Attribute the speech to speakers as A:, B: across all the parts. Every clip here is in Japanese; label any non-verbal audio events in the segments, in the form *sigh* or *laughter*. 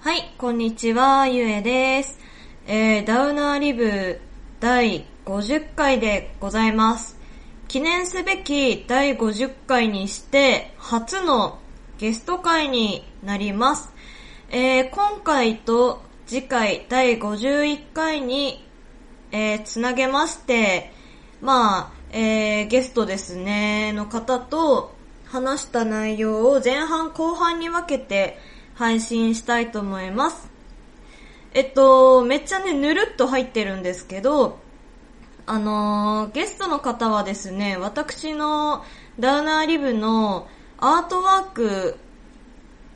A: はい、こんにちは、ゆえです。えー、ダウナーリブ第50回でございます。記念すべき第50回にして、初のゲスト会になります。えー、今回と次回第51回に、えー、つなげまして、まあ、えー、ゲストですね、の方と話した内容を前半後半に分けて配信したいと思います。えっと、めっちゃね、ぬるっと入ってるんですけど、あのーゲストの方はですね、私のダウナーリブのアートワーク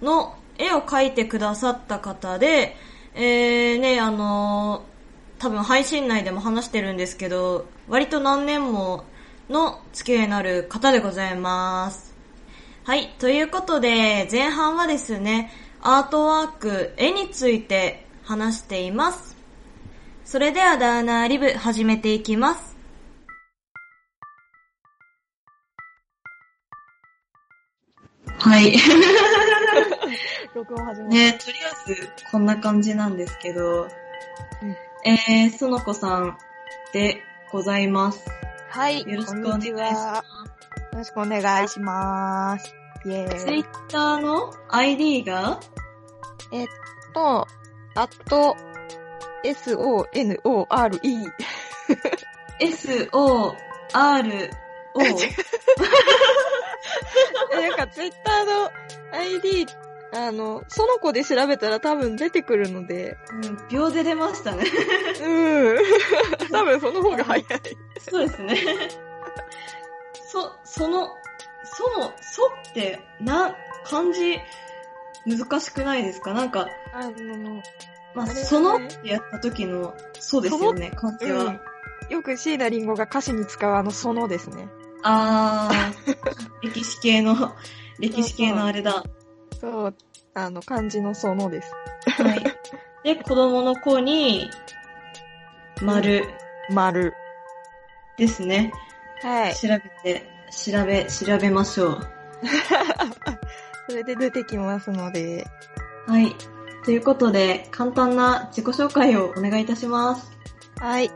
A: の絵を描いてくださった方で、えー、ね、あのー多分配信内でも話してるんですけど、割と何年もの付き合いのある方でございます。はい、ということで、前半はですね、アートワーク、絵について話しています。それではダウナーリブ始めていきます。
B: はい。
C: 録音始まる。
B: ね、とりあえずこんな感じなんですけど、えー、そのこさんでございます。
C: はい。。
B: よろしくお願いします
C: よろしくお願いします。イェ
B: ツ
C: ー
B: イ
C: イ。
B: ッターの ID が
C: えっと、あと、s-o-n-o-r-e。
B: SORO。
C: *laughs* *laughs* なんかツイッターの ID、あの、その子で調べたら多分出てくるので、
B: うん、秒で出ましたね。 *laughs*
C: うん。 *laughs* 多分その方が早い。
B: そうですね。 *laughs* そ、その、その、そって、な、漢字、難しくないですかなんか、
C: あの、
B: まあ、
C: あれだね
B: そのってやった時の、そうですよね、漢字は。
C: うん。よく椎名林檎が歌詞に使うあの、そのですね。
B: あ
C: *laughs*
B: ー、歴史系の、歴史系のあれだ。
C: そう。あの、漢字のそのです。
B: はい。で、子供の子に、丸
C: 丸。
B: ですね。
C: はい。
B: 調べて、調べ、調べましょう。
C: それで出てきますので。
B: はい。ということで、簡単な自己紹介をお願いいたします。
C: はい。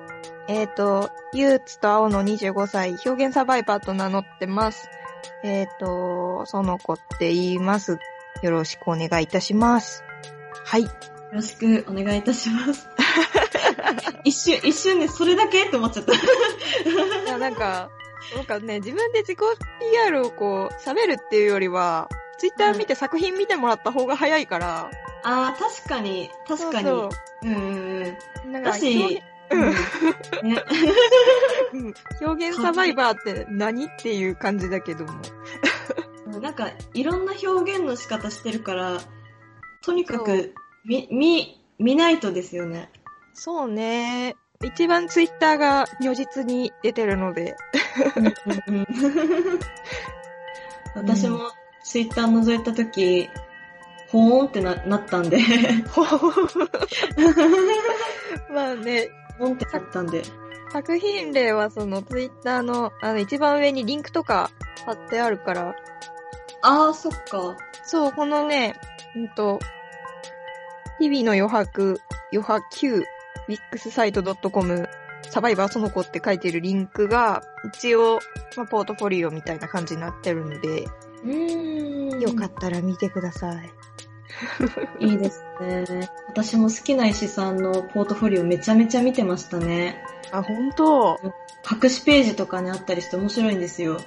C: えっ、と、ゆうつと青の25歳、表現サバイバーと名乗ってます。えっ、と、その子って言います。よろしくお願いいたします。はい。
B: よろしくお願いいたし
C: *laughs*
B: ます。一瞬、一瞬ね、それだけって思っちゃった。
C: いや、なんか、なんかね、自分で自己 PR をこう、喋るっていうよりは、ツイッター見て作品見てもらった方が早いから。
B: あー、確かに、確かに。
C: そうう
B: うんうんうん。
C: そうなんか
B: だ
C: 表
B: し、うん。ね
C: 現、表現サバイバーって何っていう感じだけども。
B: なんか、いろんな表現の仕方してるから、とにか
C: そ
B: く、み、み、見ないとですよね。
C: そうね。一番ツイッターが如実に出てるので。
B: 私も、ツイッター覗いたとき、ほーんってな、なったんで、
C: まあね、
B: ほーんってなったんで。
C: 作品例はそのツイッターの、あの一番上にリンクとか貼ってあるから、
B: あー、そっか。
C: そう、このね、うんと、日々の余白、余白 Q、wixsite.com、サバイバーその子って書いてるリンクが、一応、まあ、ポートフォリオみたいな感じになってるので、
B: うーん。
C: よかったら見てください。
B: た。いいですね。私も好きな石さんのポートフォリオめちゃめちゃ見てましたね。
C: あ、本当
B: 隠しページとかにあったりして面白いんですよ。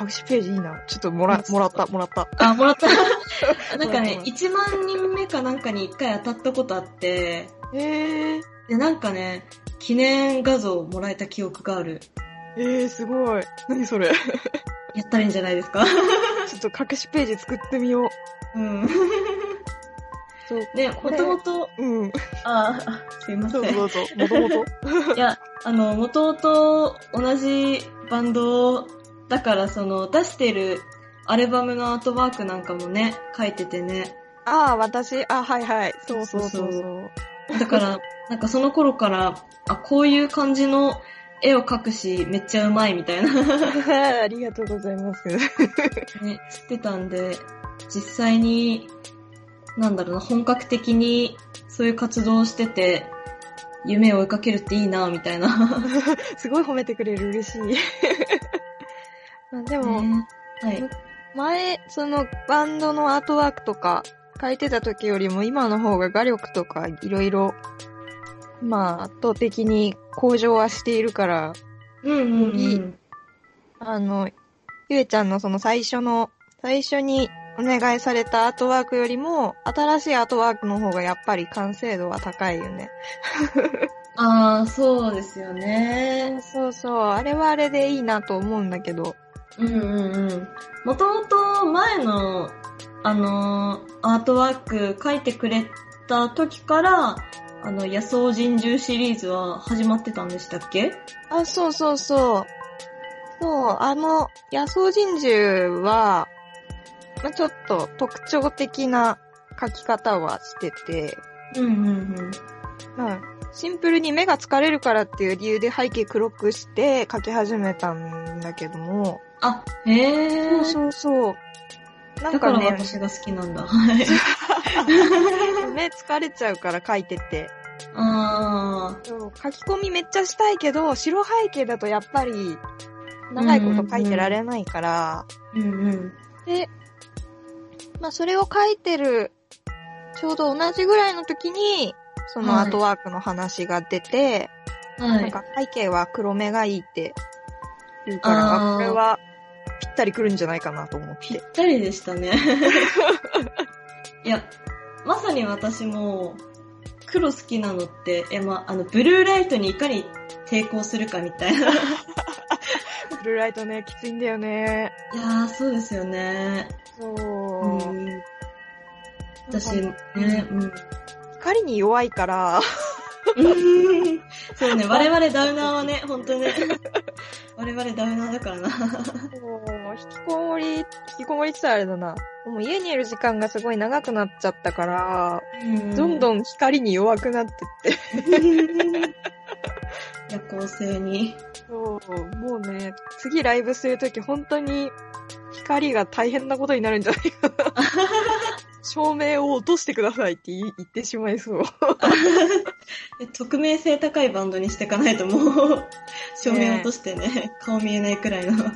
C: 隠しページいいな。ちょっともら、もらった、もらった。
B: あ、もらった。 *laughs* なんかね
C: もらったもらっ、た
B: 1万人目かなんかに1回当たったことあって、
C: えー、
B: で、なんかね、記念画像をもらえた記憶がある。
C: えー、すごい。何そ *laughs* れ。
B: やったらいいんじゃない
C: *laughs*
B: ですか
C: ちょっと隠しページ作ってみよう。
B: うん。
C: そう。
B: で、
C: こ
B: も
C: れ
B: ともと、
C: うん。
B: ああ、すいませ
C: ど
B: ん
C: うぞ。どうぞ。もともと。
B: いや、あの、もともと同じバンドだから、その、出してるアルバムのアートワークなんかもね、書いててね。
C: *laughs* ああ、私、あ、はいはい。そうそうそう
B: そう
C: そう。
B: だ
C: *laughs*
B: から、なんかその頃から、あ、こういう感じの絵を描くし、めっちゃうまいみたいな。
C: *laughs* ありがとうございます。 *laughs*
B: ね、知ってたんで、実際に、なんだろうな、本格的にそういう活動をしてて、夢を追いかけるっていいな、みたいな。
C: すごい褒めてくれる、嬉しい。 *laughs* まあ
B: *laughs*
C: でも、
B: はい。
C: 前、そのバンドのアートワークとか書いてた時よりも今の方が画力とかいろいろ、まあ圧倒的に向上はしているから、
B: うんうんうん。
C: あの、ゆえちゃんのその最初の、最初にお願いされたアートワークよりも、新しいアートワークの方がやっぱり完成度は高いよね。
B: ああ、そうですよね。
C: そうそう、あれはあれでいいなと思うんだけど。
B: うんうんうん。もともと前の、あのーアートワーク書いてくれた時から、あの、野草人獣シリーズは始まってたんでしたっけ
C: あ、そうそうそう。そう、あの、野草人獣は、まあ、ちょっと特徴的な描き方はしてて、
B: うんうん
C: まあ、シンプルに目が疲れるからっていう理由で背景黒くして描き始めたんだけども、
B: あ、へえ。
C: そうそうそう。なん
B: だか
C: からね、
B: 私が好きなんだ。はい。
C: 目疲れちゃうから書いてて。
B: あ
C: そう書き込みめっちゃしたいけど、白背景だとやっぱり、長いこと書いてられないから。
B: ー。うんうん。
C: で、まあそれを書いてる、ちょうど同じぐらいの時に、その
B: はい
C: アートワークの話が出て、
B: は
C: なん
B: い。
C: か背景は黒目がいいって言うから、
B: あー
C: これはぴったりくるんじゃないかなと思っ。
B: ぴってたりでした *laughs* ね。いや、まさに私も、黒好きなのって、え、まあ、あの、ブルーライトにいかに抵抗するかみた *laughs* いな。い
C: ブルーライトね、きついんだよね。
B: やー、そうですよね。
C: そうう。
B: ん。私、ね、
C: 光に弱いから、
B: うん。そう *laughs* ね、我々ダウナーはね、本当にね。 *laughs* 我々ダウナーだからな。
C: もう引きこもり、引きこもりって言ったらあれだな。もう家にいる時間がすごい長くなっちゃったから、どん
B: ん。
C: どん光に弱くなってって。
B: *laughs* 夜行性に。
C: そう、もうね、次ライブするとき本当に光が大変なことになるんじゃないかな。照明を落としてくださいって言い言ってしまいそう。
B: え匿名性高いバンドにしていかないともう、照明落としてね、顔見えないくらいの。
C: 真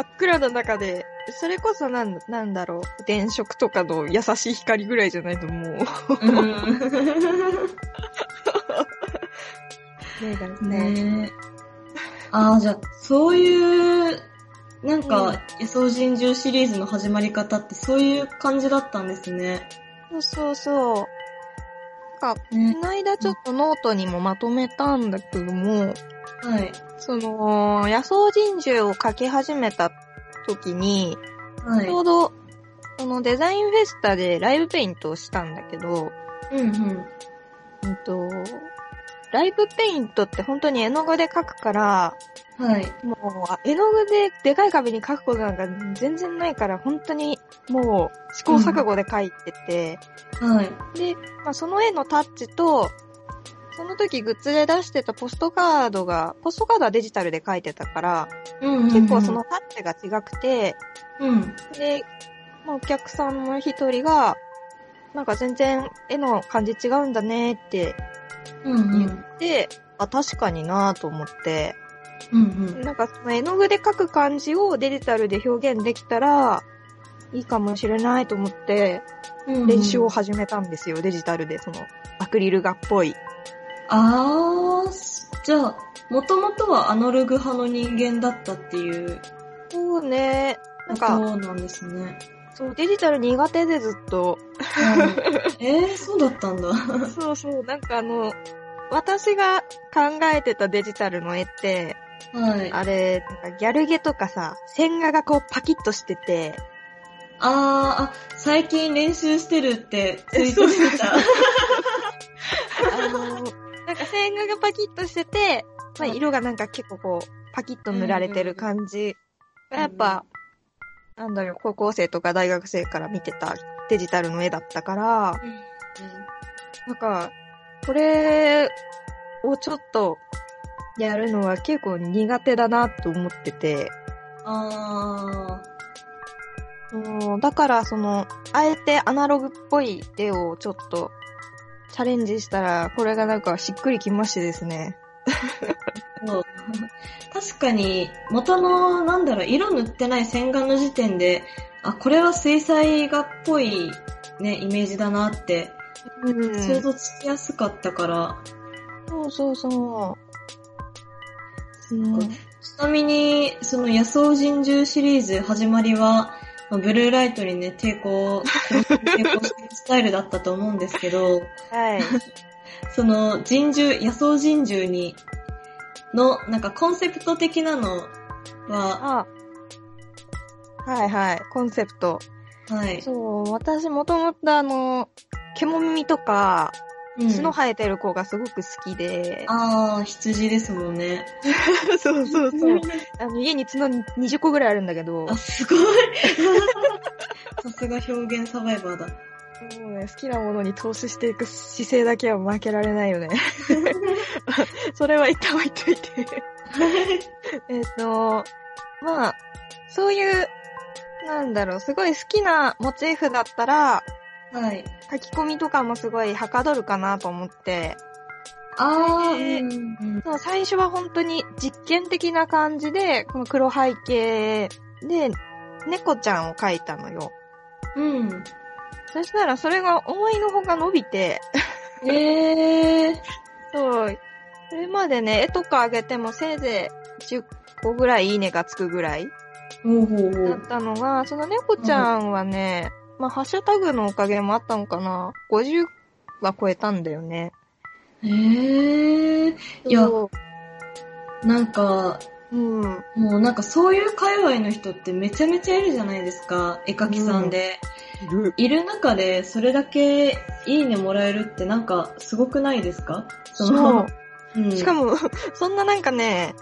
C: っ暗な中で、それこそなん、なんだろう、電飾とかの優しい光ぐらいじゃないとも *laughs* う、目がね、
B: *laughs* ねえ。ああ、じゃあ、そういう、なん
C: うん
B: か、野草人獣シリーズの始まり方ってそういう感じだったんですね。
C: そうそうそう。なんか、
B: ね
C: この間ちょっとノートにもまとめたんだけども、
B: はい。
C: その、野草人獣を描き始めた時に、
B: はい
C: ち。ょうど、このデザインフェスタでライブペイントをしたんだけど、
B: うんうん。
C: うんと、ライブペイントって本当に絵の具で描くから、
B: はい。
C: もう、あ絵の具ででかい壁に描くことなんか全然ないから、本当にもう試行錯誤で描いてて、
B: はい。
C: で、まあ、その絵のタッチと、その時グッズで出してたポストカードが、ポストカードはデジタルで書いてたから、
B: うんうんうん
C: 結構その、タッチが違くて、
B: うん。
C: で、まあ、お客さんの一人が、なんか全然絵の感じ違うんだねって
B: うんう
C: 言
B: ん。
C: って、あ、確かになぁと思って、
B: うん
C: なんかその絵の具で描く感じをデジタルで表現できたら、いいかもしれないと思って、
B: うん。
C: 練習を始めたんですよ、デジタルで、その、アクリル画っぽい。
B: あー、じゃあ、もともとはアナログ派の人間だったっていう
C: そうね。な
B: こ
C: んか、
B: となんですね。
C: そう、デジタル苦手でずっと。
B: うんえー、そうだったんだ。
C: そうそう、なんかあの、私が考えてたデジタルの絵って、
B: はい。
C: あれ、なんかギャルゲとかさ、線画がこうパキッとしてて、
B: あー、あ、最近練習してるってツイートしてた。 *laughs*
C: あの、なんか線画がパキッとしてて、まあ、
B: うん
C: 色がなんか結構こう、パキッと塗られてる感じがやっぱ、なんだろう、高校生とか大学生から見てたデジタルの絵だったから、なんか、これをちょっとやるのは結構苦手だなと思ってて、
B: あ
C: そうだから、その、あえてアナログっぽい絵をちょっとチャレンジしたら、これがなんかしっくりきましてですね。
B: そう。確かに、元の、なんだろう、色塗ってない洗顔の時点で、あ、これは水彩画っぽい、ね、イメージだなって、
C: うん
B: 想像つきやすかったから、
C: そうそうそう。うん
B: かちなみに、その野草人獣シリーズ始まりは、まあブルーライトにね、抵抗、抵抗してるスタイルだったと思うんですけど、
C: *laughs* はい。
B: その人獣、野草人獣に、の、なんかコンセプト的なのは、
C: あはいはい。コンセプト。
B: はい。
C: そう、私もともとあの、獣耳とか、
B: うん
C: 角生えてる子がすごく好きで。
B: あー、羊ですもんね。
C: そうそうそう。あの、家に角に20個ぐらいあるんだけど
B: あ、、すごい。さすが表現サバイバーだ。
C: もうね、好きなものに投資していく姿勢だけは負けられない *laughs* よね。それは一旦置いといて。 *laughs* えっと、まあ、そういう、なんだろう、すごい好きなモチーフだったら、
B: はい。
C: 書き込みとかもすごいはかどるかなと思って、
B: あ
C: え
B: ー、
C: ー
B: うん
C: そう最初は本当に実験的な感じで、この黒背景で猫ちゃんを描いたのよ。
B: うん。
C: そしたらそれが思いのほか伸びて、
B: うん。えー、
C: そう。それまでね、絵とか上げてもせいぜい10個ぐらいいいねがつくぐらい
B: ほうほうほ
C: だっ
B: う。
C: たのが、その猫ちゃんはね、まあ、ハッシュタグのおかげもあったのかな、50は超えたんだよね。
B: えー、いや
C: そ
B: なんか、
C: ううん。
B: もうなんかそういう界隈の人ってめちゃめちゃいるじゃないですか、絵描きさんで。
C: いる。
B: いる中でそれだけいいねもらえるってなんかすごくないですかそ
C: そう
B: の。うん
C: しかも、 *laughs* そんななんかね、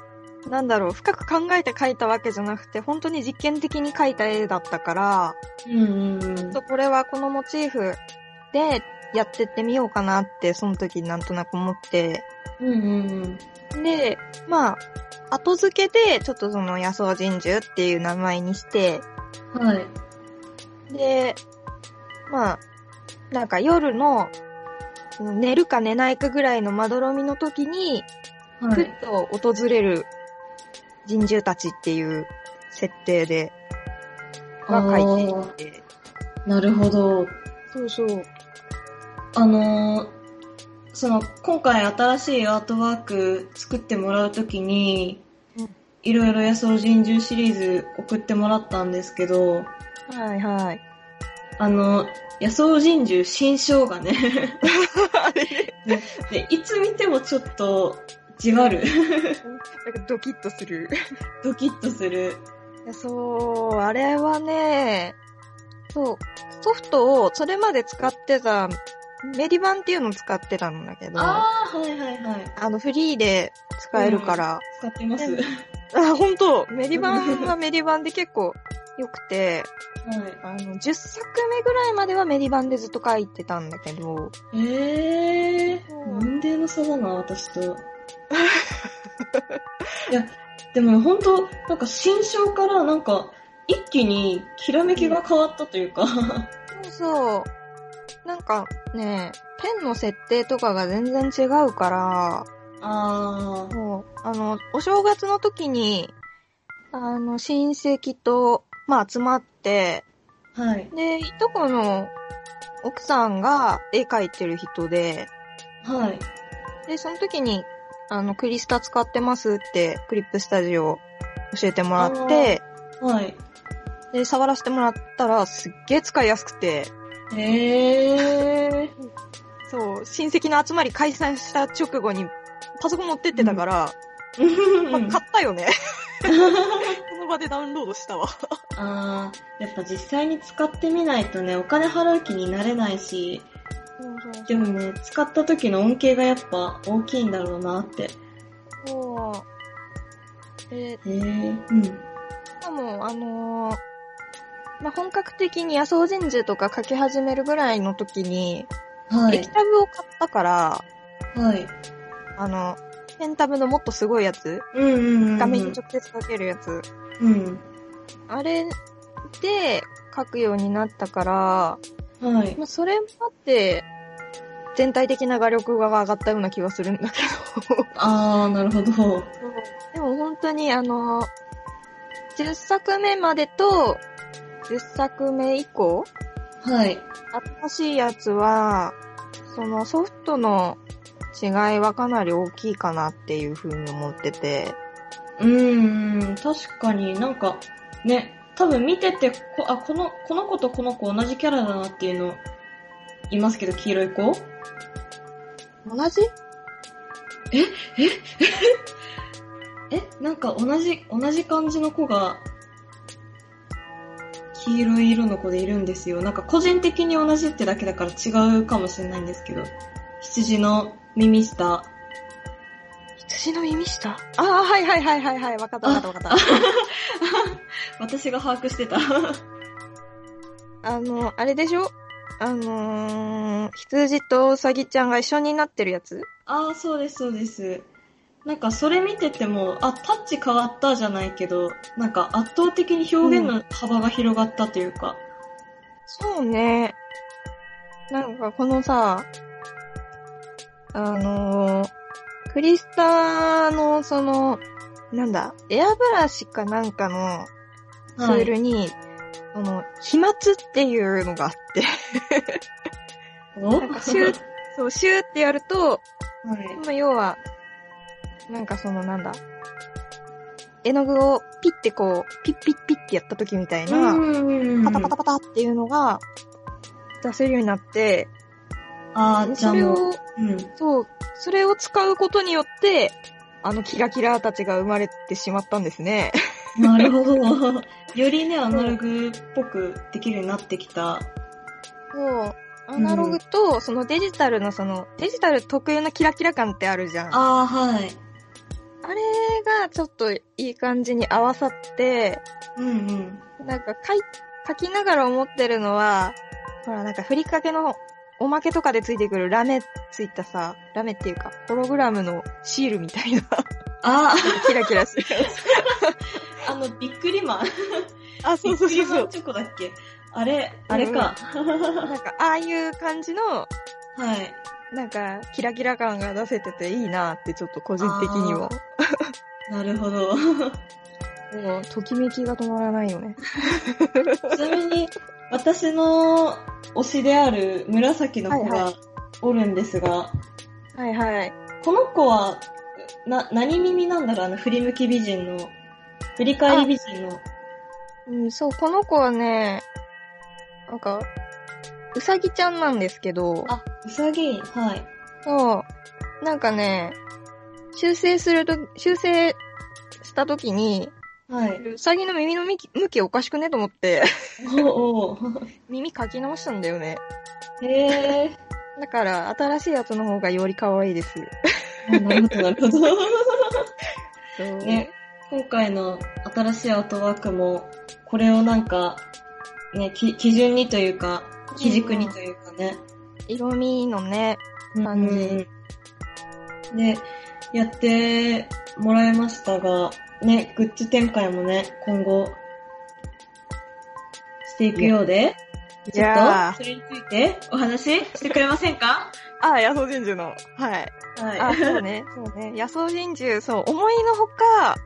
C: なんだろう、深く考えて描いたわけじゃなくて、本当に実験的に描いた絵だったから、
B: うんうんうん
C: ちょっとこれはこのモチーフでやってってみようかなって、その時なんとなく思って、
B: うんうんうん。
C: で、まあ、後付けで、ちょっとその野草神獣っていう名前にして、
B: はい。
C: で、まあ、なんか夜の、その寝るか寝ないかぐらいのまどろみの時に、
B: は
C: ふっ
B: い。
C: と訪れる人獣たちっていう設定で、が書い
B: あ
C: ていて。
B: ーなるほど。
C: そうそう。
B: あのー、その、今回新しいアートワーク作ってもらうときに
C: うん、
B: いろいろ野草人獣シリーズ送ってもらったんですけど、
C: はいはい。
B: あの、野草人獣新生姜 *laughs* ね。で、いつ見てもちょっと、じわる。
C: なんかドキッとする。
B: ドキッとする。
C: そう、あれはね、そう、ソフトをそれまで使ってた、メディバンっていうのを使ってたんだけど、あ
B: あー、はいはいはい。
C: の、フリーで使えるから、
B: 使ってます。
C: うん
B: はい。
C: あ、本当メディバンはメディバンで結構良くて、あの、10作目ぐらいまではメディバンでずっと書いてたんだけど、
B: えー
C: そう、
B: 年齢の差だな、私と。いや、でも本当なんか新章からなんか、一気に、きらめきが変わったというか。
C: そうそう、なんかね、ペンの設定とかが全然違うから、
B: あー、
C: もう、あの、お正月の時に、あの、親戚と、まあ、集まって、
B: はい。
C: で、いとこの奥さんが絵描いてる人で、
B: はい。
C: で、その時に、あの、クリスタ使ってますって、クリップスタジオ教えてもらって、
B: はい。
C: で、触らせてもらったら、すっげえ使いやすくて、
B: えー。 *laughs*
C: そう、親戚の集まり解散した直後に、パソコン持ってってたから、まあ、買ったよ
B: *laughs*
C: ね。この場でダウンロードしたわ。
B: あー、やっぱ実際に使ってみないとね、お金払う気になれないし、でもね、使った時の恩恵がやっぱ大きいんだろうなって。
C: そう。で、
B: へー、うん。
C: しかも、あのーまあ、本格的に野草神獣とか書き始めるぐらいの時に、
B: は
C: 液タブを買ったから、
B: はい。
C: あの、ペンタブのもっとすごいやつ、
B: うんうんうんうん。
C: 画面に直接書けるやつ、
B: うん。
C: あれで、書くようになったから、
B: はい。
C: まあ、それもあって、全体的な画力が上がったような気はするんだけど。
B: あー、なるほど。
C: でも本当にあの、10作目までと、10作目以降、
B: はい。
C: 新しいやつは、そのソフトの違いはかなり大きいかなっていうふうに思ってて。
B: うーん、確かになんか、ね、多分見ててこ、あ、この、この子とこの子同じキャラだなっていうの、いますけど、黄色い子
C: 同じ
B: え、なんか同じ、同じ感じの子が、黄色い色の子でいるんですよ。なんか個人的に同じってだけだから違うかもしれないんですけど、羊の耳下。
C: 羊の耳下ああ、はいはいはいはいはい、わかったわかったわかっ
B: 私が把握してた。
C: た。あの、あれでしょあのー、羊とうさぎちゃんが一緒になってるやつ
B: *laughs* ああ、そうです、そうです。なんかそれ見てても、あ、タッチ変わったじゃないけど、なんか圧倒的に表現の幅が広がったというか。
C: そうね。なんかこのさ、あのー、クリスタのその、なんだ、エアブラシかなんかのツ
B: は
C: ー
B: い。
C: ルに、その、飛沫っていうのがあって、
B: お
C: なんかシューそう、シューってやると、
B: はい。
C: まあ、要は、なんかそのなんだ、絵の具をピッてこう、ピッピッピッってやった時みたいな、
B: うん
C: パタパタパタっていうのが出せるようになって、
B: ああ、じゃ
C: そ
B: あ
C: れ
B: もう、
C: を、
B: うん。
C: そう、それを使うことによって、あのキラキラたちが生まれてしまったんですね。 *laughs*
B: なるほど。よりね、アナログっぽくできるようになってきた。
C: そう。アナログと、そのデジタルのその、デジタル特有のキラキラ感ってあるじゃん。あ
B: ああ、はい。
C: れがちょっといい感じに合わさって、
B: うんうん。
C: なんか書い、書きながら思ってるのは、ほらなんかふりかけのおまけとかでついてくるラメついたさ、ラメっていうか、ホログラムのシールみたいな、
B: あ
C: キラキラしてるやつ。
B: あ、あの、びっくりマン。
C: *laughs* あ、そ
B: び
C: う
B: っ
C: そ
B: く
C: うそ
B: り
C: うそ
B: マン
C: う。
B: チョコだっけあれ、あれか。
C: なんか、ああいう感じの、
B: はい。
C: なんか、キラキラ感が出せてていいなって、ちょっと個人的にも。
B: なるほど。
C: もう、ときめきが止まらないよね。
B: ちなみに、私の推しである紫の子
C: はいは
B: がおるんですが、
C: はいはい。
B: この子は、な、何耳なんだろうあの、振り向き美人の、振り返り美人の。
C: うん、そう、この子はね、なんか、うさぎちゃんなんですけど、
B: あ、うさぎ、はい。
C: そう、なんかね、修正すると、修正したときに、
B: はい。
C: うさぎの耳の向き向きおかしくねと思 *laughs* って、
B: おうおう。
C: 耳書き直したんだよね。
B: へえ。
C: だから、新しいやつの方がより可愛いです。
B: ー。なるほど、なるほど。
C: そう
B: ね、今回の新しいアートワークも、これをなんか、ね、き基準にというか、基軸にというかね。
C: 色味のね、
B: 感じで、やってもらいましたが、ね、グッズ展開もね、今後、していくようで、
C: い
B: ちょっ
C: やあ
B: と、それについてお話ししてくれませんか
C: あ、野草人獣の。はい。あ、 *laughs*
B: はい。
C: そうね、そうね。野草人獣、そう、思いのほか、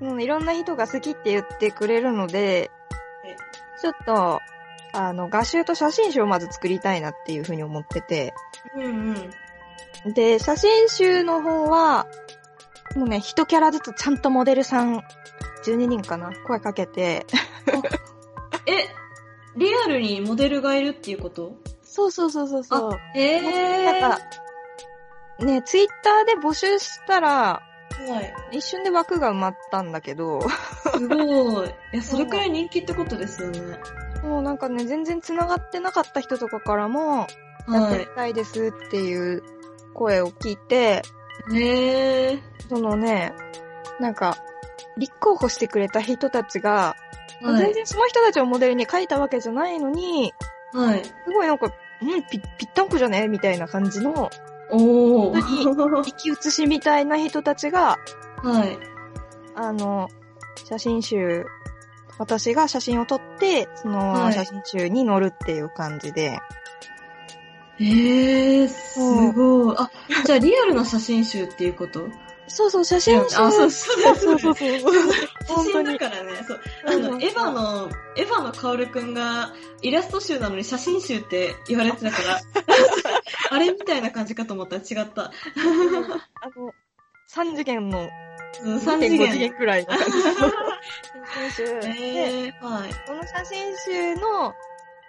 C: うん、いろんな人が好きって言ってくれるので、ちょっと、あの、画集と写真集をまず作りたいなっていうふうに思ってて。
B: うんうん。
C: で、写真集の方は、もうね、一キャラずつちゃんとモデルさん、12人かな、声かけて、
B: え、リアルにモデルがいるっていうこと
C: そうそうそうそうそう。
B: え
C: なん
B: ー。
C: か、ね、ツイッターで募集したら、
B: はい。
C: 一瞬で枠が埋まったんだけど、
B: す
C: *laughs*
B: ごい。いや、それくらい人気ってことですよね。
C: もうなんかね、全然繋がってなかった人とかからも、やっ
B: は
C: てみたいですっていう声を聞いて、
B: い。へえ。
C: そのね、なんか、立候補してくれた人たちが、全。然その人たちをモデルに書いたわけじゃないのに、
B: はい。
C: すごいなんか、うん、ぴぴったんこじゃねみたいな感じの、
B: おお。
C: 生き写しみたいな人たちが、
B: はい。
C: あの、写真集私が写真を撮って、その
B: はい
C: 写真集に載るっていう感じで、
B: えー、すごい。あ、じゃあリアルな写真集っていうこと
C: そうそう、写真集。
B: あ、そうそう
C: そ
B: で
C: うそうそう
B: す。
C: そう。
B: 写
C: 本当
B: 真だ
C: に。
B: からね、そう。
C: う
B: あ
C: ん
B: の、エヴァの、エヴァのカオルくんが、イラスト集なのに写真集って言われてた
C: *laughs*
B: から、あれみたいな感じかと思ったら違った。
C: あの、3次元の、
B: うん、3
C: 3
B: 次
C: 次元。
B: 元。
C: 次元く
B: *laughs*
C: らいの感じの写真集。
B: え
C: で、
B: ー、はい。
C: この写真集の、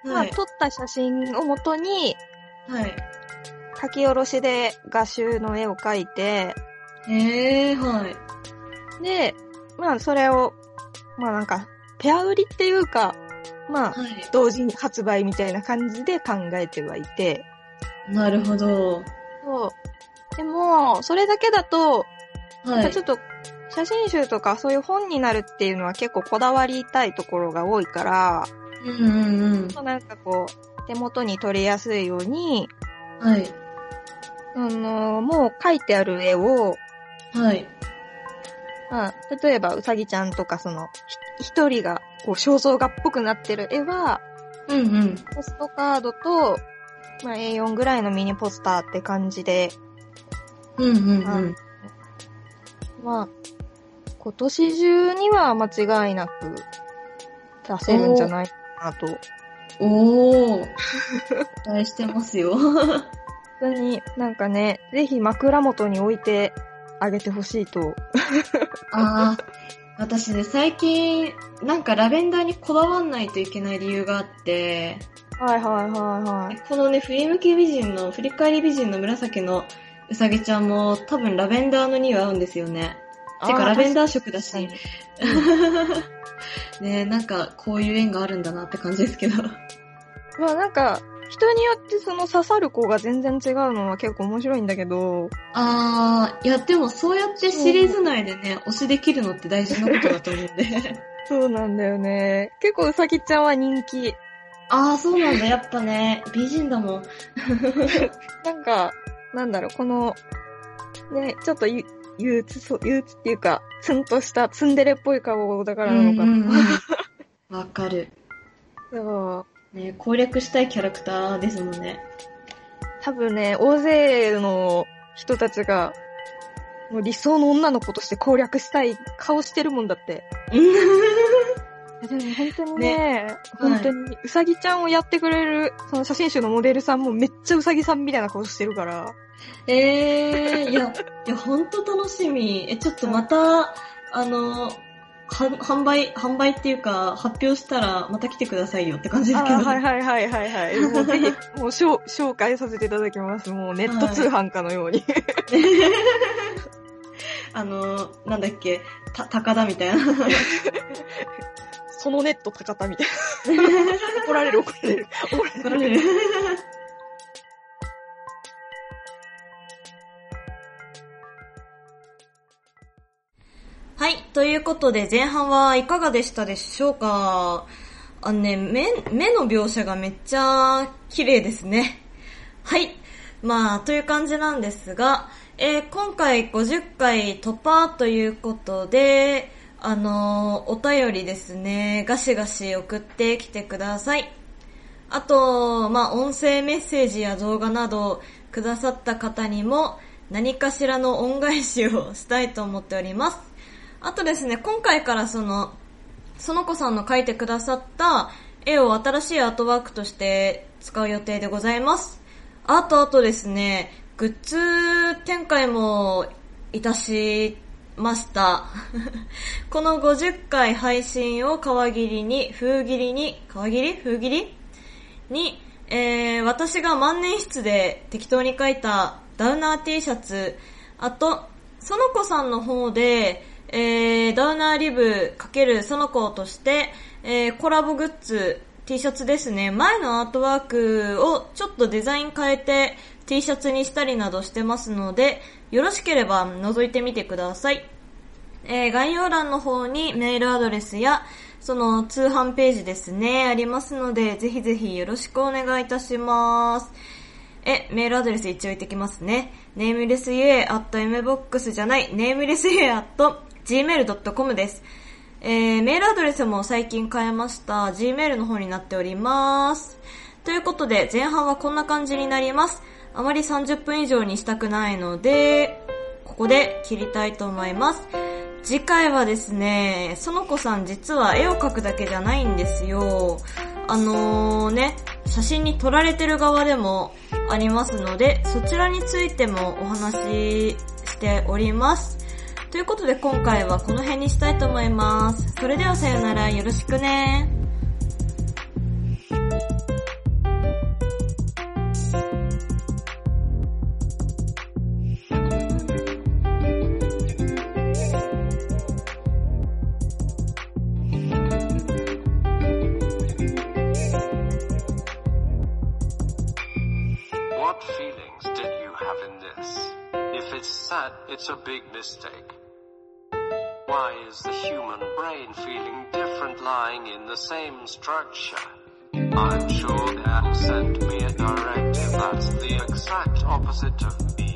C: ま
B: は
C: あ、
B: い。
C: 撮った写真をもとに、
B: はい。
C: 書き下ろしで画集の絵を描いて、
B: えー、はい。
C: で、まあ、それを、まあなんか、ペア売りっていうか、まあ、
B: はい。
C: 同時に発売みたいな感じで考えてはいて、
B: なるほど。
C: そう。でも、それだけだと、
B: は
C: なんか
B: い
C: ちょ。っと、写真集とかそういう本になるっていうのは結構こだわりたいところが多いから、
B: うんうん
C: そうなんかこう、手元に取りやすいように、
B: うん。はい。
C: あのもう描いてある絵を、
B: はい。
C: まあ、例えばうさぎちゃんとかその、ひ一人が、こう、肖像画っぽくなってる絵は、
B: うんうん。
C: ポストカードと、まあ、A4 ぐらいのミニポスターって感じで、
B: うんうん
C: は
B: う
C: い
B: ん。
C: まあ、今年中には間違いなく出せるんじゃないかなと。本
B: おー。期待してますよ。
C: 当になんかね、ぜひ枕元に置いてあげてほしいと。
B: ああ、私ね、最近、なんかラベンダーにこだわんないといけない理由があって、
C: はいはいはいはい。
B: このね、振り向き美人の、振り返り美人の紫のうさぎちゃんも多分ラベンダーの匂い合うんですよね。てかラベンダー色だし。ねえなんかこういう縁があるんだなって感じですけど。
C: まあなんか、人によってその刺さる子が全然違うのは結構面白いんだけど、
B: あー、いやでもそうやってシリーズ内でね、推しできるのって大事なことだと思うんで。
C: そうなんだよね。結構うさぎちゃんは人気。
B: *laughs* あー、そうなんだ、やっぱね、美人だもん。
C: なんか、なんだろう、この、ね、ちょっとゆ憂鬱そう、憂鬱っていうか、ツンとしたツンデレっぽい顔だからなのかな。
B: うんうんうんわかる。
C: そう。
B: ね、攻略したいキャラクターですもんね。
C: 多分ね、大勢の人たちが、もう理想の女の子として攻略したい顔してるもんだって。でも本当にね、本当に、うさぎちゃんをやってくれる、その写真集のモデルさんもめっちゃうさぎさんみたいな顔してるから。
B: *laughs* えー、いや、いや、ほんと楽しみ。え、ちょっとまた、あの、は販売、販売っていうか、発表したらまた来てくださいよって感
C: *laughs*
B: じですけど。
C: あーはいはいはいはい *laughs* はい。もうぜひ、もうしょう紹介させていただきます。もうネット通販かのように。
B: *laughs*
C: *laughs*
B: あの、なんだっけ、た、高田みたいな。
C: そのネット高田みたい *laughs* な。怒られる怒られる。
B: 怒
C: 怒られる。
B: られる
A: *laughs* はい。ということで、前半はいかがでしたでしょうかあのね、目、目の描写がめっちゃ綺麗ですね。 *laughs* はい。まあ、という感じなんですが、えー今回50回突破ということで、あのーお便りですね、ガシガシ送ってきてください。あと、まあ、音声メッセージや動画などくださった方にも何かしらの恩返しをしたいと思っております。あとですね、今回からその、その子さんの描いてくださった絵を新しいアートワークとして使う予定でございます。あとあとですね、グッズ展開もいたしました。 *laughs* この50回配信を皮切りに、風切りに、皮切り風切りに、えー私が万年筆で適当に書いたダウナー T シャツ、あと、その子さんの方で、えーダウナーリブ×その子として、えーコラボグッズ、T シャツですね。前のアートワークをちょっとデザイン変えて T シャツにしたりなどしてますので、よろしければ覗いてみてください。えー概要欄の方にメールアドレスや、その通販ページですね、ありますので、ぜひぜひよろしくお願いいたします。え、メールアドレス一応言ってきますね。ネームレス UA at mbox じゃない、ネームレス UA at gmail.com です。
B: えーメールアドレスも最近変えました。Gmail の方になっております。ということで、前半はこんな感じになります。あまり30分以上にしたくないので、ここで切りたいと思います。次回はですね、その子さん実は絵を描くだけじゃないんですよ。あのーね、写真に撮られてる側でもありますので、そちらについてもお話ししております。ということで今回はこの辺にしたいと思います。それではさよなら、よろしくね。
D: What feelings did you have in this? If it's sad, it's a big mistake. Why is the human brain feeling different lying in the same structure? I'm sure they'll send me a directive that's the exact opposite of me.